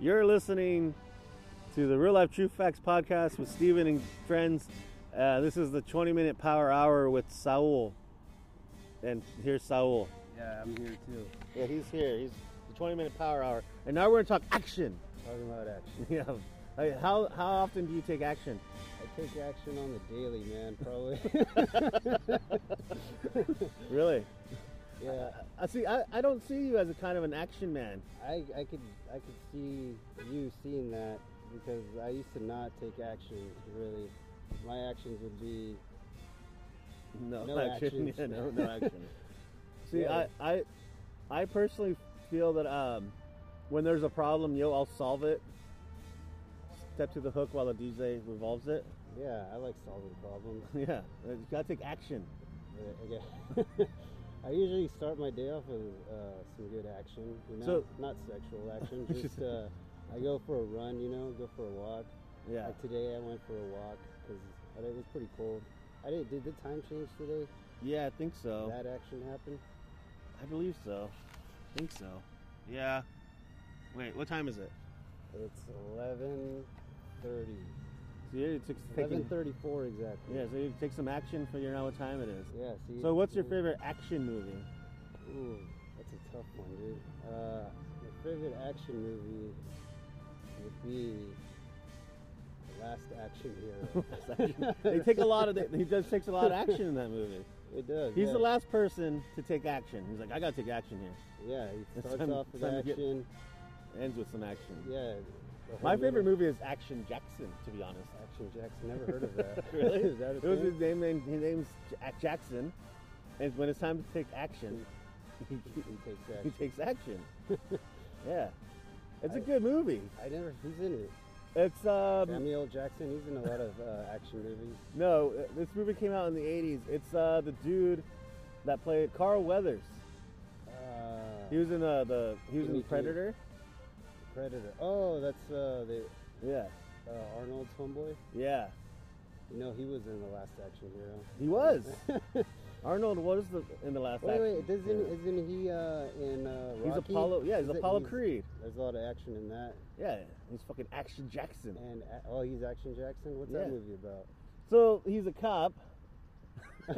You're listening to the Real Life True Facts podcast with Steven and friends. Uh, this is the 20 minute power hour with Saul. And here's Saul. Yeah, I'm here too. Yeah, he's here. He's the 20 minute power hour. And now we're going to talk action. Talking about action. Yeah. Like, How, how often do you take action? I take action on the daily, man. Probably. Really? yeah, I see. I, I don't see you as a kind of an action man. I, I could I could see you seeing that because I used to not take action really. My actions would be No, No action. Yeah, no, no action. See, Yeah. I, I, I personally feel that um, when there's a problem, yo, I'll solve it. Step to the hook while the DJ revolves it. yeah. I like solving problems. Yeah, uh, you gotta take action. But again, I usually start my day off with uh, some good action. You know, So- not sexual action. Just uh, I go for a run. You know, go for a walk. Yeah, Like today, I went for a walk because it was pretty cold. I did. Did the time change today? yeah, I think so. That action happened. I believe so. I think so. Yeah. Wait, what time is it? It's eleven thirty. So you take, Eleven thirty-four exactly. yeah, so you take some action, figure out what time it is. Yeah. See. So, what's your favorite action movie? Ooh, that's a tough one, dude. Uh, my favorite action movie would be The Last Action Hero. they take a lot of. He does takes a lot of action in that movie. it does. He's yeah. the last person to take action. He's like, I gotta take action here. Yeah. He It's starts time- off with time to get- action. Ends with some action. Yeah. the whole My favorite little- movie is Action Jackson, to be honest. Action Jackson. Never heard of that. Really? Is that a it was thing? his name. and His name's Jack Jackson, and when it's time to take action, he, He takes he action. takes action. yeah, it's a good movie. I never. He's in it. It's um Samuel Jackson. He's in a lot of uh, action movies. no, this movie came out in the '80s. It's uh the dude that played Carl Weathers. Uh, He was in uh, the he was Give in me two. Predator. Predator. Oh, that's uh, the Yeah, uh, Arnold's homeboy. yeah. You know, he was in the Last Action Hero. He was. Arnold was the in the last. Wait, wait. action. Doesn't Yeah. isn't he uh, in uh, Rocky? He's Apollo. Yeah, Is he's it- Apollo Creed. There's a lot of action in that. Yeah, he's fucking Action Jackson. And a- oh, he's Action Jackson. What's Yeah. that movie about? So he's a cop,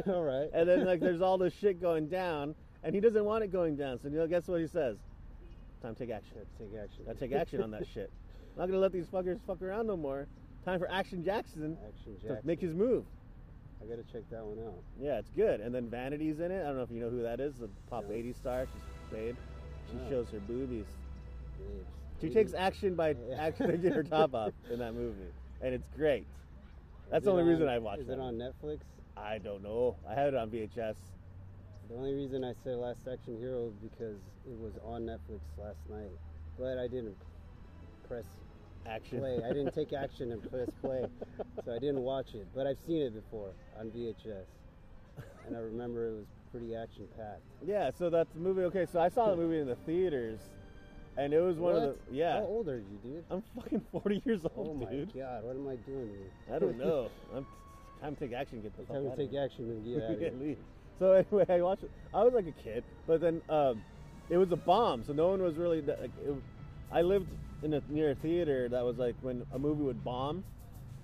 All right. and then like there's all this shit going down, and he doesn't want it going down. So you know, guess what he says? Time to take action. Let's take action. Gotta take action on that shit. I'm not gonna let these fuckers fuck around no more. Time for Action Jackson, Action to Jackson. make his move. I gotta check that one out. Yeah, it's good. And then Vanity's in it. I don't know if you know who that is. The pop No. 80 star. She's babe. She No. shows her boobies. Babes. She takes action by Yeah. actually taking her top off in that movie, and it's great. That's Is the it only reason on- I watched Is that. it on Netflix? I don't know. I had it on VHS. The only reason I said Last Action Hero is because it was on Netflix last night. Glad I didn't press Action. play. I didn't take action and press play, so I didn't watch it. But I've seen it before on VHS, and I remember it was pretty action packed. yeah, so that's the movie. Okay, so I saw the movie in the theaters, and it was one of the yeah. How old are you, dude? I'm fucking 40 years old, oh my dude. god, what am I doing? Here? I don't know. I'm time to take action. Get the It's fuck time to out take of action and here. get out of Yeah, here. leave. So anyway, I watched. it. I was like a kid, but then um, it was a bomb, so no one was really. Like, it, I lived in a near a theater that was like when a movie would bomb,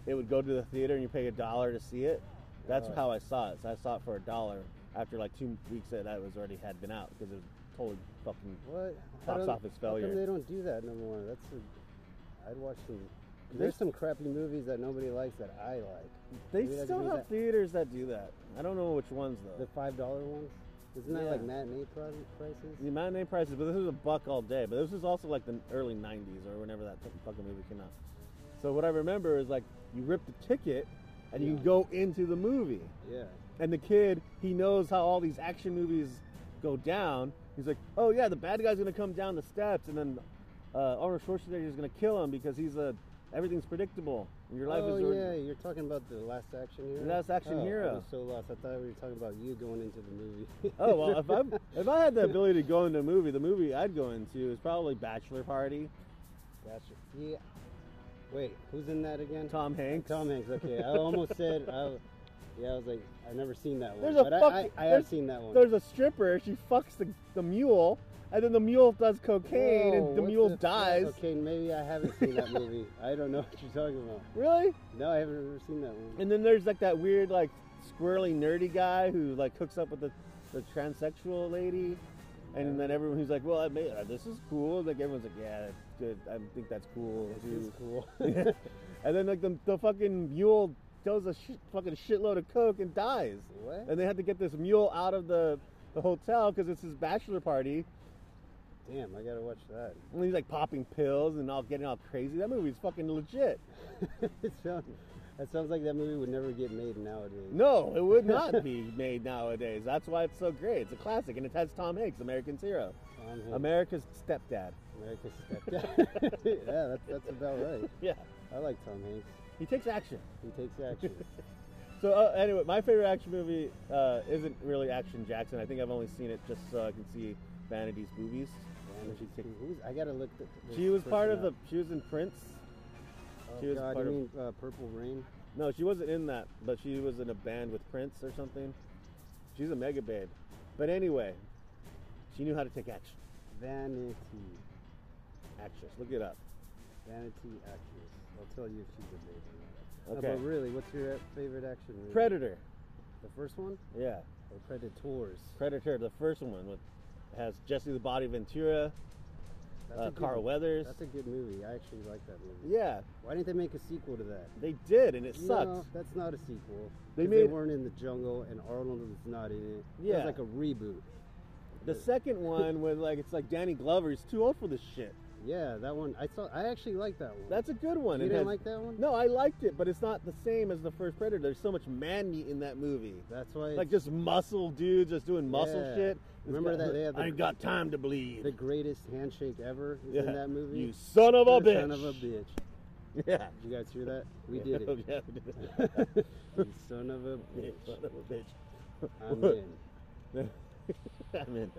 it would go to the theater and you pay a dollar to see it. That's Oh. how I saw it. So I saw it for a dollar after like two weeks that I was already had been out because it was totally fucking. What? How Box don't- office How failure. come they don't do that no more? That's a, I'd watch some. There's- There's some crappy movies that nobody likes that I like. They Maybe that still means have that- theaters that do that. I don't know which ones though. The five dollar ones? Isn't that Yeah. like matinee pri- prices? The matinee prices, but this was a buck all day. But this was also like the early '90s or whenever that fucking- fucking movie came out. So what I remember is like you rip the ticket and you Yeah. go into the movie. Yeah. And the kid, he knows how all these action movies go down. He's like, "Oh yeah, the bad guy's gonna come down the steps, and then uh, Arnold Schwarzenegger's gonna kill him because he's a everything's predictable. And your life oh is already- yeah, you're talking about the last action hero. The Last Action oh, Hero. I was so lost. I thought we were talking about you going into the movie. Oh well, if I if I had the ability to go into a movie, the movie I'd go into is probably Bachelor Party. gotcha. Yeah. Wait, who's in that again? Tom Hanks. Tom Hanks. Okay, I almost said. I, yeah, I was like, I've never seen that one. There's a but I- fucking. I, I, have there's- seen that one. There's a stripper. She fucks the, the mule, and and then the mule does cocaine, Whoa, and the what mule fuck? dies. Okay, maybe I haven't seen that movie. I don't know what you're talking about. Really? No, I haven't ever seen that movie. And then there's like that weird, like squirrely, nerdy guy who like hooks up with the, the transsexual lady, and then everyone who's like, "Well, I made, uh, this is cool." Like everyone's like, "Yeah, that's good. I think that's cool." This too." is cool. and then like the, the fucking mule does a shit, fucking shitload of coke and dies. what? And they had to get this mule out of the, the hotel because it's his bachelor party, Damn, I gotta watch that. and he's like popping pills and all getting all crazy. That movie's fucking legit. it sounds. That sounds like that movie would never get made nowadays. No, it would not be made nowadays. That's why it's so great. It's a classic, and it has Tom Hanks, American's hero, Tom Hanks, America's stepdad. America's stepdad. yeah, that's, that's about right. Yeah, I like Tom Hanks. he takes action. He takes action. So uh, anyway, my favorite action movie uh, isn't really Action Jackson. I think I've only seen it just so I can see Vanity's boobies. Damn, She she's takes- cool. Who's, I gotta look. Th- this She was part of person the. up. She was in Prince. Oh, she was God, part you of- mean uh, Purple Rain? No, she wasn't in that, but she was in a band with Prince or something. She's a mega babe. But anyway, she knew how to take action. Vanity, Actress, look it up. vanity actress. I'll tell you if she's a baby. or not. No, Okay. but really, what's your uh, favorite action movie? Predator. The first one Yeah, or Predators? Predator, the first one with has Jesse the Body Ventura, That's uh, a good- Carl Weathers. That's a good movie. I actually like that movie. yeah, Why didn't they make a sequel to that? they did, and it No, sucks. that's not a sequel. They 'Cause made- weren't in the jungle, and Arnold was not in it. Yeah. it's like a reboot. The second one with like it's like Danny Glover. He's too old for this shit. Yeah, that one. I saw. I actually like that one. That's a good one. you It didn't has- like that one? No, I liked it, but it's not the same as the first Predator. There's so much man meat in that movie. That's why. Like just muscle dudes just doing muscle Yeah. shit. It's Remember got- that they had the- I ain't got time to bleed. the greatest handshake ever is in that movie. You son of a You're bitch. Son of a bitch. Yeah. Did you guys hear that? We did it. yeah, we did you son of a You bitch. son of a bitch. I'm in. I mean,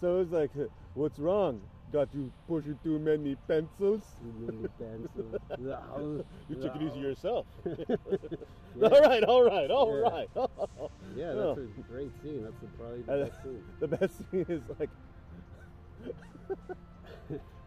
so it's like, what's wrong? Got you pushing too many pencils? You little pencil. You took it easy yourself. Yeah. All right, all right, all Yeah. right. Yeah, that's a great scene. That's the, probably the And- best scene. the best thing is like,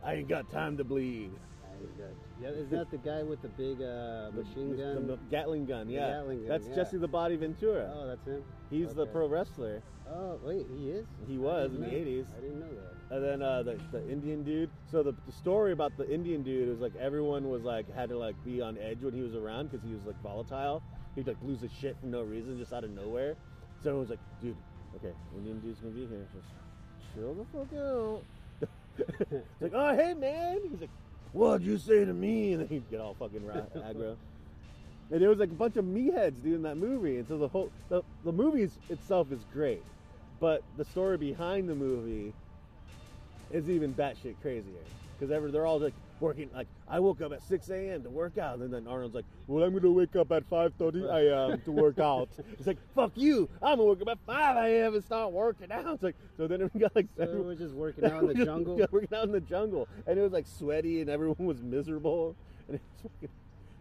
I ain't got time to bleed. I ain't got- Yeah, is that the guy with the big uh, machine The- gun? the Gatling gun, The yeah. Gatling gun, That's yeah. Jesse the Body Ventura. Oh, that's him. He's the okay. pro wrestler. Oh, wait, he is. He I was didn't in the know- 80s. I didn't know that. And then uh, the, the Indian dude. So the, the story about the Indian dude is like everyone was like had to like be on edge when he was around because he was like volatile. He'd like lose his shit for no reason, just out of nowhere. So everyone was like, dude, okay, Indian dude's gonna be here. Just chill the fuck out. it's like, oh hey man. He's like, what'd you say to me? And then he'd get all fucking ra- aggro. And it was like a bunch of me heads, dude, in that movie. And so the whole the, the movie is- itself is great, but the story behind the movie is even batshit crazier. Because ever they're all like working. Like I woke up at 6 a.m. to work out, and then Arnold's like, "Well, I'm gonna wake up at 5:30 a.m. to work out." It's like, "Fuck you! I'm gonna wake up at 5 a.m. and start working out." It's like so then we got like So several- we're just working out in the jungle. yeah, working out in the jungle, and it was like sweaty, and everyone was miserable. And it's fucking...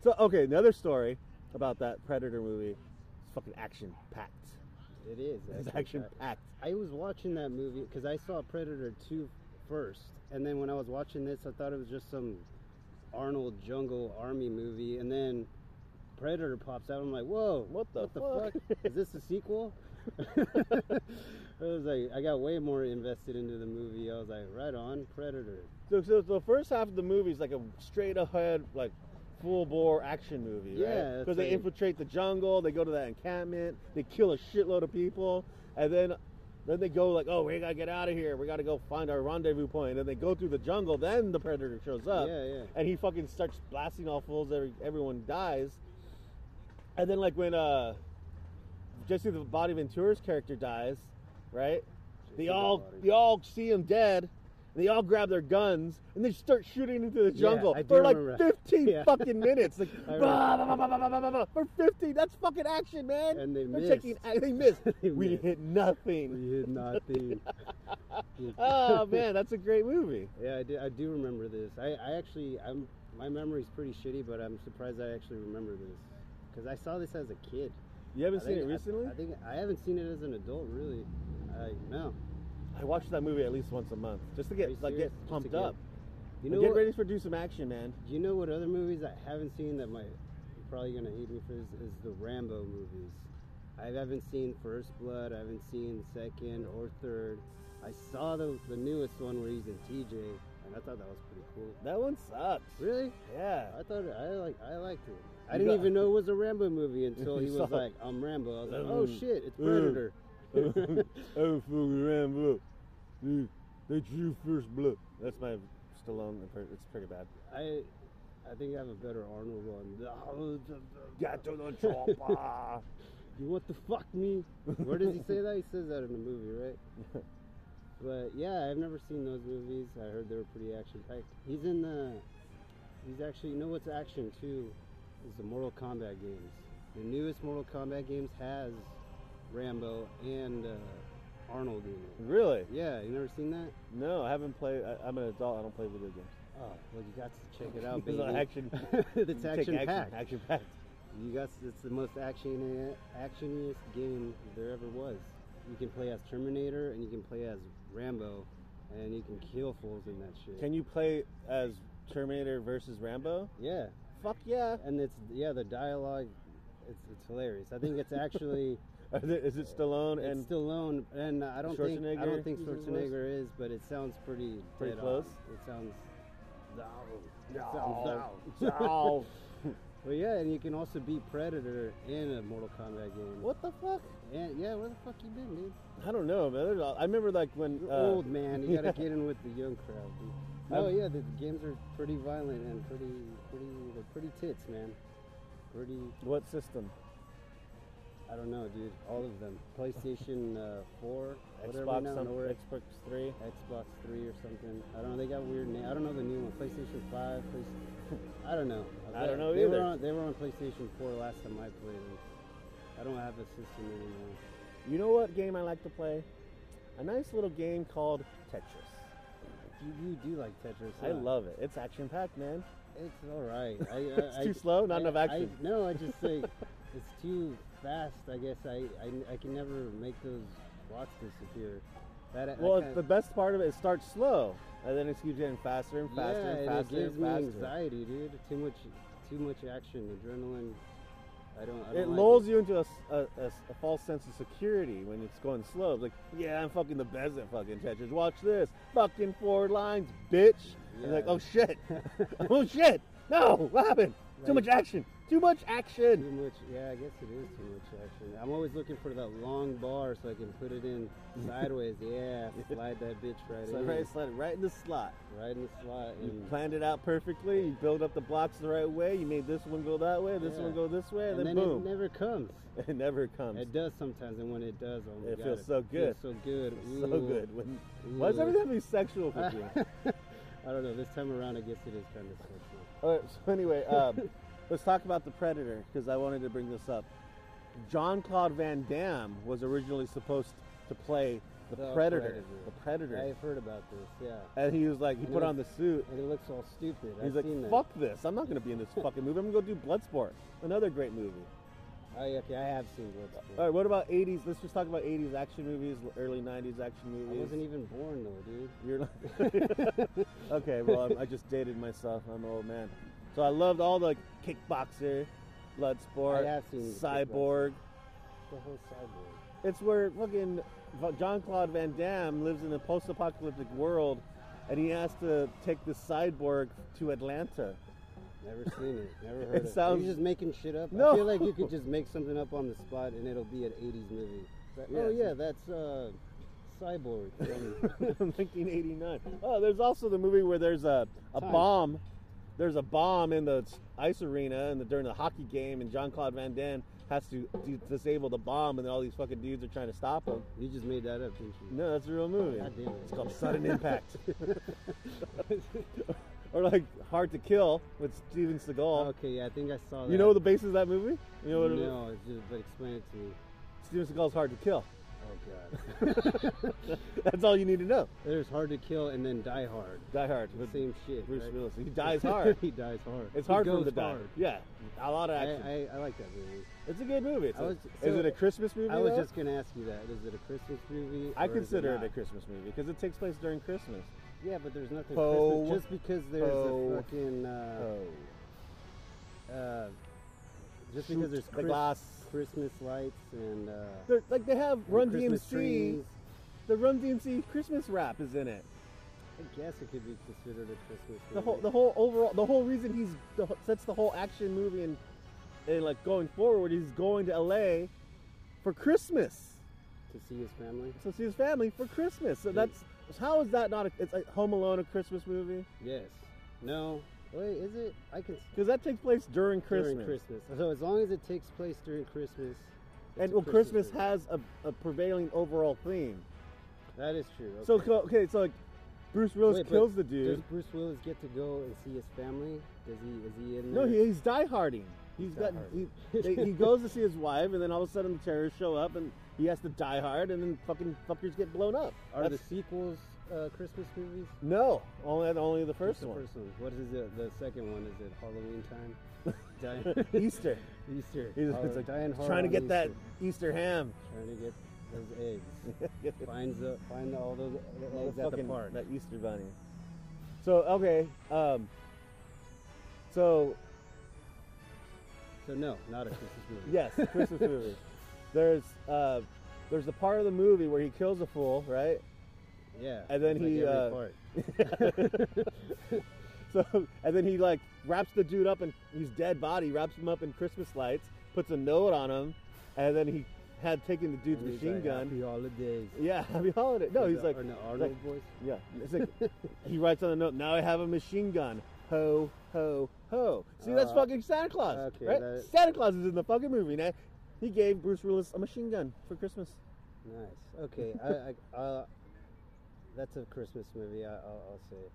so okay. Another story about that Predator movie. It's fucking action packed. It is. It's actually. action packed. I was watching that movie because I saw Predator 2 first, and then when I was watching this, I thought it was just some Arnold jungle army movie, and then Predator pops out. I'm like, whoa, What the fuck? Is this a sequel? I was like, I got way more invested into the movie. I was like, right on, Predator. So, so the first half of the movie is like a straight ahead, like full bore action movie, Yeah, right? that's Because they right. infiltrate the jungle, they go to that encampment, they kill a shitload of people, and then then they go like, oh, we gotta get out of here, we gotta go find our rendezvous point. And then they go through the jungle, then the predator shows up, Yeah, yeah. and he fucking starts blasting all fools. Every, everyone dies, and then like when uh Jesse the Body Ventura's character dies, right? They Jesse all Body. they all see him dead. And they all grab their guns and they start shooting into the Yeah, jungle I do for like remember. 15 Yeah. fucking minutes. Like, I bah, bah, bah, bah, bah, bah, bah, bah, for 15, that's fucking action, man. And they They're missed. Taking, ac- they missed. They we missed. hit nothing. We did not think. oh man, that's a great movie. Yeah, I do, I do remember this. I, I actually, I'm my memory's pretty shitty, but I'm surprised I actually remember this because I saw this as a kid. You haven't I seen it think- I- recently? I, think I haven't seen it as an adult, really. I, no, I, I watch that movie at least once a month just to Are you get like serious? get Just to pumped get- up. You You know get what- ready for do some action, man. You know what other movies I haven't seen that might you're probably gonna hate me for this is the Rambo movies. I haven't seen First Blood. I haven't seen Second or Third. I saw the the newest one where he's in TJ, and I thought that was pretty cool. That one sucks. Really? Yeah. I thought it- I like I liked it. I You didn't got- even know it was a Rambo movie until he You was saw- like, "I'm Rambo." I was like, Mm. "Oh shit, it's Mm. Predator." oh fucking Rambo. Dude, They drew first blood. That's my Stallone. impre- It's pretty bad. I I think I have a better Arnold one. Oh, Gato the chopper. You want to fuck me? Where does he say that? He says that in the movie, right? but yeah, I've never seen those movies. I heard they were pretty action packed. He's in the. He's actually. You know what's action too? Is the Mortal Kombat games. The newest Mortal Kombat games has Rambo and uh, Arnold in it. really? Yeah, you never seen that? No, I haven't played. I, I'm an adult. I don't play video games. Oh, well, you got to check it out, It's baby. an action- it's You take action packed. Action packed. You guys, it's the most action actioniest game there ever was. You can play as Terminator and you can play as Rambo, and you can kill fools in that shit. Can you play as Terminator versus Rambo? yeah, Fuck yeah. and it's yeah the dialogue, it's it's hilarious. I think it's actually Are there- Is it Stallone and it's Stallone, and I don't think I don't Schwarzenegger think usually was? Schwarzenegger is, but it sounds pretty Pretty dead close? Oh, on. It sounds. Ow. Sounds Ow. Well, yeah, and you can also beat Predator in a Mortal Kombat game. What the fuck? And yeah, where the fuck you been, dude? I don't know, man. There's a- I remember like when You're uh, old man. You gotta get in with the young crowd. Dude. No, I'm- yeah, the games are pretty violent and pretty, pretty, they're pretty tits, man. Pretty, What system? I don't know, dude. All of them. PlayStation uh, Four, whatever now, Xbox, some, or Xbox Three. Xbox Three or something. I don't know. They got weird name. I don't know the new one. PlayStation Five. Play- I don't know. I don't know they Were either. on, they were on PlayStation Four last time I played them. I don't have a system anymore. You know what game I like to play? A nice little game called Tetris. You, you do like Tetris? I huh? love it. It's action packed, man. It's all right. I, I, It's I- too slow, not I- enough action. I, no, I just say it's too fast. I guess I, I, I can never make those blocks disappear. That, that Well, kind- the best part of it, it starts slow, and then it keeps getting faster and faster yeah, and and faster it gives and faster. me anxiety, dude. Too much, too much action, adrenaline. I don't. I don't It like lulls you into a, s- a- a s- a false sense of security when it's going slow. It's like, yeah, I'm fucking the best at fucking Tetris. Watch this. Fucking four lines, bitch. And like, Yeah. oh shit. oh shit. No, what happened? Too Right. much action. Too much action. Too much. Yeah, I guess it is too much action. I'm always looking for that long bar so I can put it in sideways. Yeah, slide that bitch right Slide in, right, slide it right in the slot. right in the slot. You and- planned it out perfectly. You build up the blocks the right way. You made this one go that way, this Yeah. one go this way, and, and then, then boom. it never comes. It never, comes. It does sometimes, and when it does, oh my It God, feels so good. Feels so good. It's so Ooh. good. When, why does Ooh. everything have to be sexual for you? I don't know. This time around, I guess it is kind of special. All right, so anyway, um, let's talk about the Predator because I wanted to bring this up. John Claude Van Damme was originally supposed to play the, The Predator, Predator. The Predator. I've heard about this, yeah. And he was like, he And put it on the suit. And it looks all stupid. He's Mm. I've seen like, that. fuck this. I'm not going to be in this fucking movie. I'm going to go do Bloodsport. Another great movie. Oh, yeah, okay, I have seen All Bloodsport. right, what about 80s? Let's just talk about 80s action movies, early 90s action I movies. wasn't even born though, dude. You're like, okay, well, I'm, I just dated myself. I'm an old man. So I loved all the kickboxer, bloodsport, I have seen the cyborg. The whole cyborg. It's where fucking John Claude Van Damme lives in a post-apocalyptic world, and he has to take the cyborg to Atlanta. Never seen it. Never heard It of it. sounds- You're just making shit up. I No. feel like you could just make something up on the spot and it'll be an 80s movie. It's like, Yeah, oh, it's- yeah, that's uh, Cyborg. from- 1989. Oh, there's also the movie where there's a, a Time. bomb. There's a bomb in the ice arena and the, during the hockey game, and John Claude Van Damme has to d- disable the bomb, and then all these fucking dudes are trying to stop him. you just made that up, didn't you? No, that's a real movie. God damn it. It's called Sudden Impact. or like Hard to Kill with Steven Seagal. Okay, yeah, I think I saw that. you know the basis of that movie? You know what it is? No, it's just, but explain it to me. Steven Seagal's Hard to Kill. Oh god. That's all you need to know. There's Hard to Kill and then Die Hard. Die Hard. with Same shit. Bruce right? Willis. He dies hard. he dies hard. It's He hard for him goes to die. hard. Yeah, a lot of I, action. I, I like that movie. it's a good movie. It's I a- was- is so- it a Christmas movie? I was though? just gonna ask you that. Is it a Christmas movie? I or is consider it, not? a Christmas movie because it takes place during Christmas. Yeah, but there's nothing Poe. Christmas just because there's Poe. a fucking uh, Oh, uh, just Shoot because there's the Chris- glass. Christmas lights and uh, They're, like they have and Run Christmas DMC. trees. The Run DMC Christmas rap is in it. I guess it could be considered a Christmas movie. The whole, the whole overall, the whole reason he's the, wh- sets the whole action movie and and like going forward, he's going to L.A. for Christmas. to see his family. So see his family for Christmas. So Hmm. that's how is that not? A, it's like Home Alone, a Christmas movie, Yes. No. Wait, is it? I can. because that takes place during Christmas. During Christmas. So as long as it takes place during Christmas. it's And a well, Christmas, movie. has a, a prevailing overall theme. That is true. So okay. co- okay, so like Bruce Willis Wait, but kills the Does dude. Bruce Willis get to go and see his family? Does he? Is he in? No, there? he, he's dieharding. He's He's got he, die-harding. they, he goes to see his wife, and then all of a sudden the terrorists show up, and he has to die hard, and then fucking fuckers get blown up. Are That's- the sequels uh, Christmas movies? no only only the Just first the one, First one. What is it? The second one is it Halloween time? Di- Easter. Easter. He's Hall- it's like dying hard trying to on get that Easter. Easter ham. Trying to get those eggs. Finds the find all those All eggs the at the fucking- park. That Easter bunny. So okay, um, so So no, not a Christmas movie. Yes, Christmas movie. There's uh, there's the part of the movie where he kills a fool, right? Yeah. And then it's like he, every uh, part. So and then he like wraps the dude up in his dead body, wraps him up in Christmas lights, puts a note on him, and then he had taken the dude's And he's machine like, gun. Happy holidays. Yeah, happy holiday. No, Or he's the- like, or the Arnold voice. yeah. It's like he writes on the note. Now I have a machine gun. Ho ho ho. See, that's Uh, fucking Santa Claus, okay, right? that- Santa Claus is in the fucking movie, man. He gave Bruce Willis a machine gun for Christmas. Nice. Okay. I, I, uh, that's a Christmas movie. I, I'll, I'll say it.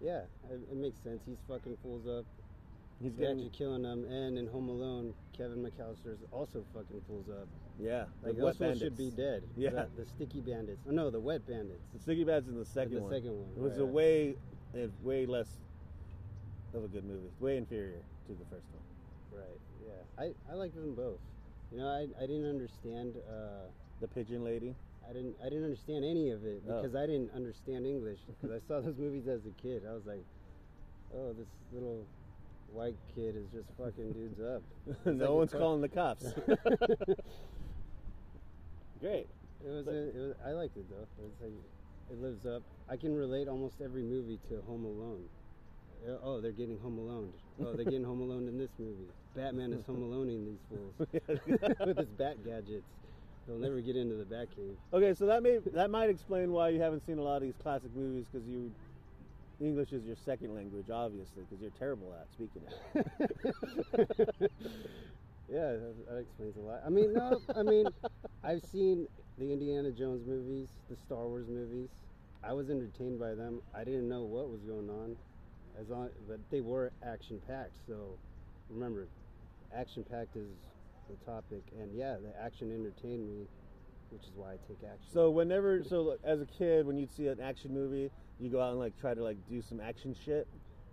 Yeah, it, it makes sense. He's fucking fools up. He's He's getting actually killing them. And in Home Alone, Kevin McAllister's also fucking fools up. yeah. Like the wet those fools should be bandits. dead. Yeah. The, the sticky bandits. Oh, no, the wet bandits. The Sticky Bad's in the Or second the one. second one. It was right. a way, it way less of a good movie. Way inferior to the first one. Right. Yeah. I, I liked them both. You know, I, I didn't understand. Uh, The Pigeon Lady. I didn't I didn't understand any of it Oh. because I didn't understand English because I saw those movies as a kid. I was like, oh, this little white kid is just fucking dudes up. no like a one's car- calling the cops. Great. It was, a, it was I liked it though. It, was like, it lives up. I can relate almost every movie to Home Alone. Uh, Oh, they're getting Home Alone. Oh, they're getting Home Alone in this movie. Batman is Home Aloneing these fools with his bat gadgets. They'll never get into the bat cave. Okay, so that may that might explain why you haven't seen a lot of these classic movies because you English is your second language, obviously, because you're terrible at speaking it. yeah, that, that explains a lot. I mean, no, I mean, I've seen the Indiana Jones movies, the Star Wars movies. I was entertained by them. I didn't know what was going on, as long, but they were action packed. So, remember, action packed is the topic, and yeah, the action entertained me, which is why I take action. So whenever, so like, as a kid, when you'd see an action movie, you go out and like try to like do some action shit.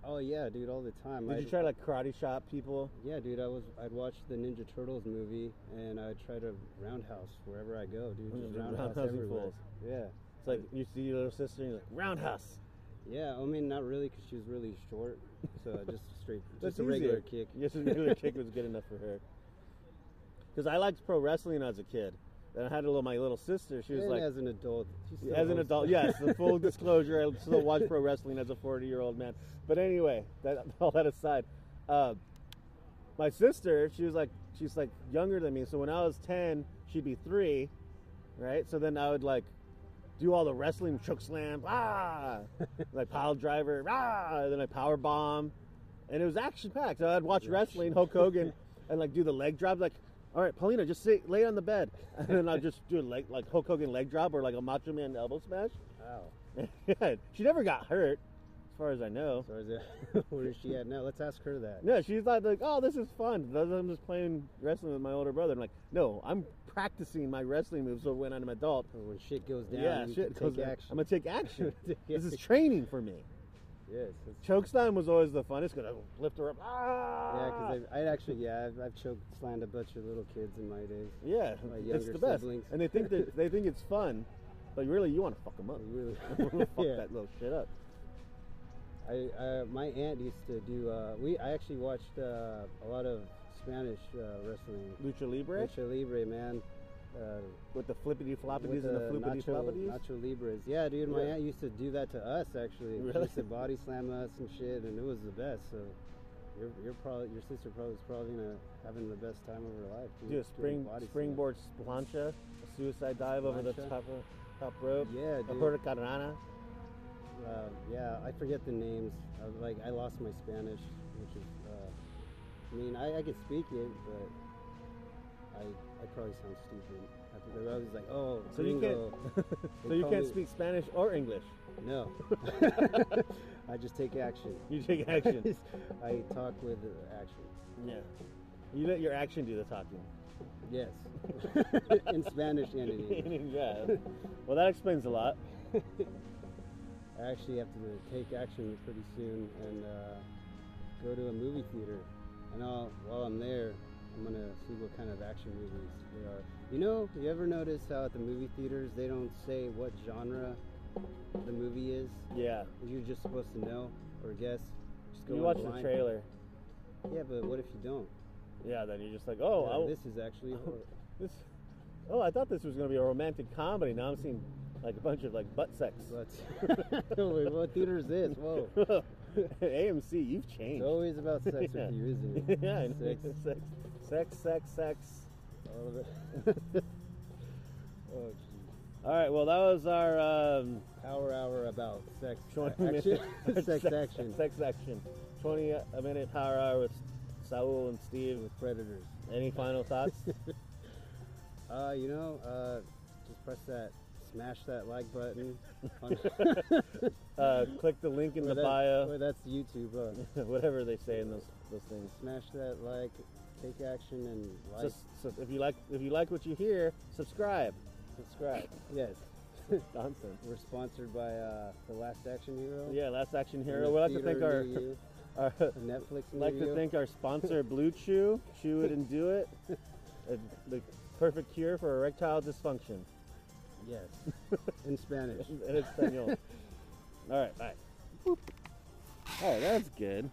oh yeah, dude, all the time. Did I- you try to like karate shop people? Yeah, dude, I was I'd watch the Ninja Turtles movie and I'd try to roundhouse wherever I go, dude. Just roundhouse Roundhouse you everywhere. fools. Yeah, It's like you see your little sister and you're like roundhouse. yeah. I mean, not really, because she was really short, so I just straight, That's just a regular easier. kick. Just a regular kick was good enough for her. Because I liked pro wrestling as a kid, and I had a little my little sister. She was And like, as an adult, she still as an hosts adult, it. yes. The full disclosure, I still watch pro wrestling as a forty-year-old man. But anyway, that, all that aside, uh, my sister, she was like, she's like younger than me. So when I was ten, she'd be three, right? So then I would like do all the wrestling choke slam, ah, like pile driver, ah, and then I power bomb, and it was action packed. So I'd watch wrestling, Hulk Hogan, and like do the leg drop, like. All right, Paulina, just sit, lay on the bed, and then I'll just do a leg, like Hulk Hogan leg drop or like a Macho Man elbow smash. Wow. she never got hurt. as far as I know. So is it, where is she at now? Let's ask her that. No, she's not like, oh, this is fun. I'm just playing wrestling with my older brother. I'm like, no, I'm practicing my wrestling moves so when I'm an adult, Or When shit goes down, yeah, you shit can goes take down. action. I'm gonna take action. Take this is action. training for me. yes, that's- Chokeslam was always the funnest. Gonna lift her up. Ah! yeah, because I I'd actually, yeah, I've, I've choked, slammed a bunch of little kids in my days. yeah, my it's younger the best. siblings. And they think that they think it's fun, but really you want to fuck them up. You You really, wanna fuck yeah. that little shit up. I, I my aunt used to do. Uh, we I actually watched uh, a lot of Spanish uh, wrestling. Lucha Libre Lucha Libre, man. Uh, with the flippity floppities with and the the flippity nacho, floppities. nacho libres. Yeah, dude, my Yeah. aunt used to do that to us actually. She Really? used to body slam us and shit, and it was the best. So. Your, your, probably, your sister probably is probably gonna having the best time of her life. dude, Do doing a spring body slam. springboard plancha, a suicide dive over the Plancha? top of, top rope. Yeah, a dude. hurricanrana. Uh, yeah, I forget the names. I, was like I lost my Spanish, which is. Uh, I mean, I, I could speak it, but I I probably sound stupid. I, they're always like, "Oh, So you gringo." So They you call can't me- speak Spanish or English. No, I just take action. You take action. I talk with uh, action. yeah. You let your action do the talking. Yes, in Spanish and in English. yeah. Well, that explains a lot. I actually have to take action pretty soon and uh, go to a movie theater. And I'll, while I'm there, I'm gonna see what kind of action movies there are. You know, you ever notice how at the movie theaters they don't say what genre the movie is? Yeah. You're just supposed to know or guess. Just go You in watch the blind. trailer. Yeah, but what if you don't? Yeah. Then you're just like, oh, Yeah, I, this, this is actually. hor- oh, I thought this was gonna be a romantic comedy. Now I'm seeing like a bunch of like butt sex. But Wait, what theater is this? Whoa! AMC, you've It's changed. always about sex Yeah. with you, isn't it? yeah. I know. Sex, Sex. Sex. Sex. Sex. all of it. oh, geez. All right. Well, that was our um, Power hour about sex twenty action. minute sex action Sex action. Twenty uh, a minute power hour with Saul and Steve. with predators. Any final thoughts? Uh, you know, uh, just press that, smash that like button. on, uh, click the link in or the that- bio. or that's YouTube. Uh, Whatever they say in those those things. smash that like, take action, and like. Just so if you like if you like what you hear, subscribe. Subscribe. yes, Nonsense. we're sponsored by uh, the Last Action Hero. Yeah, Last Action Hero. and We'd a like to thank theater our, near you, our a Netflix. near like to you. thank our sponsor Blue Chew. Chew it and do it. Uh, The perfect cure for erectile dysfunction. Yes, in Spanish. And it's All right, bye. Oh, that's good.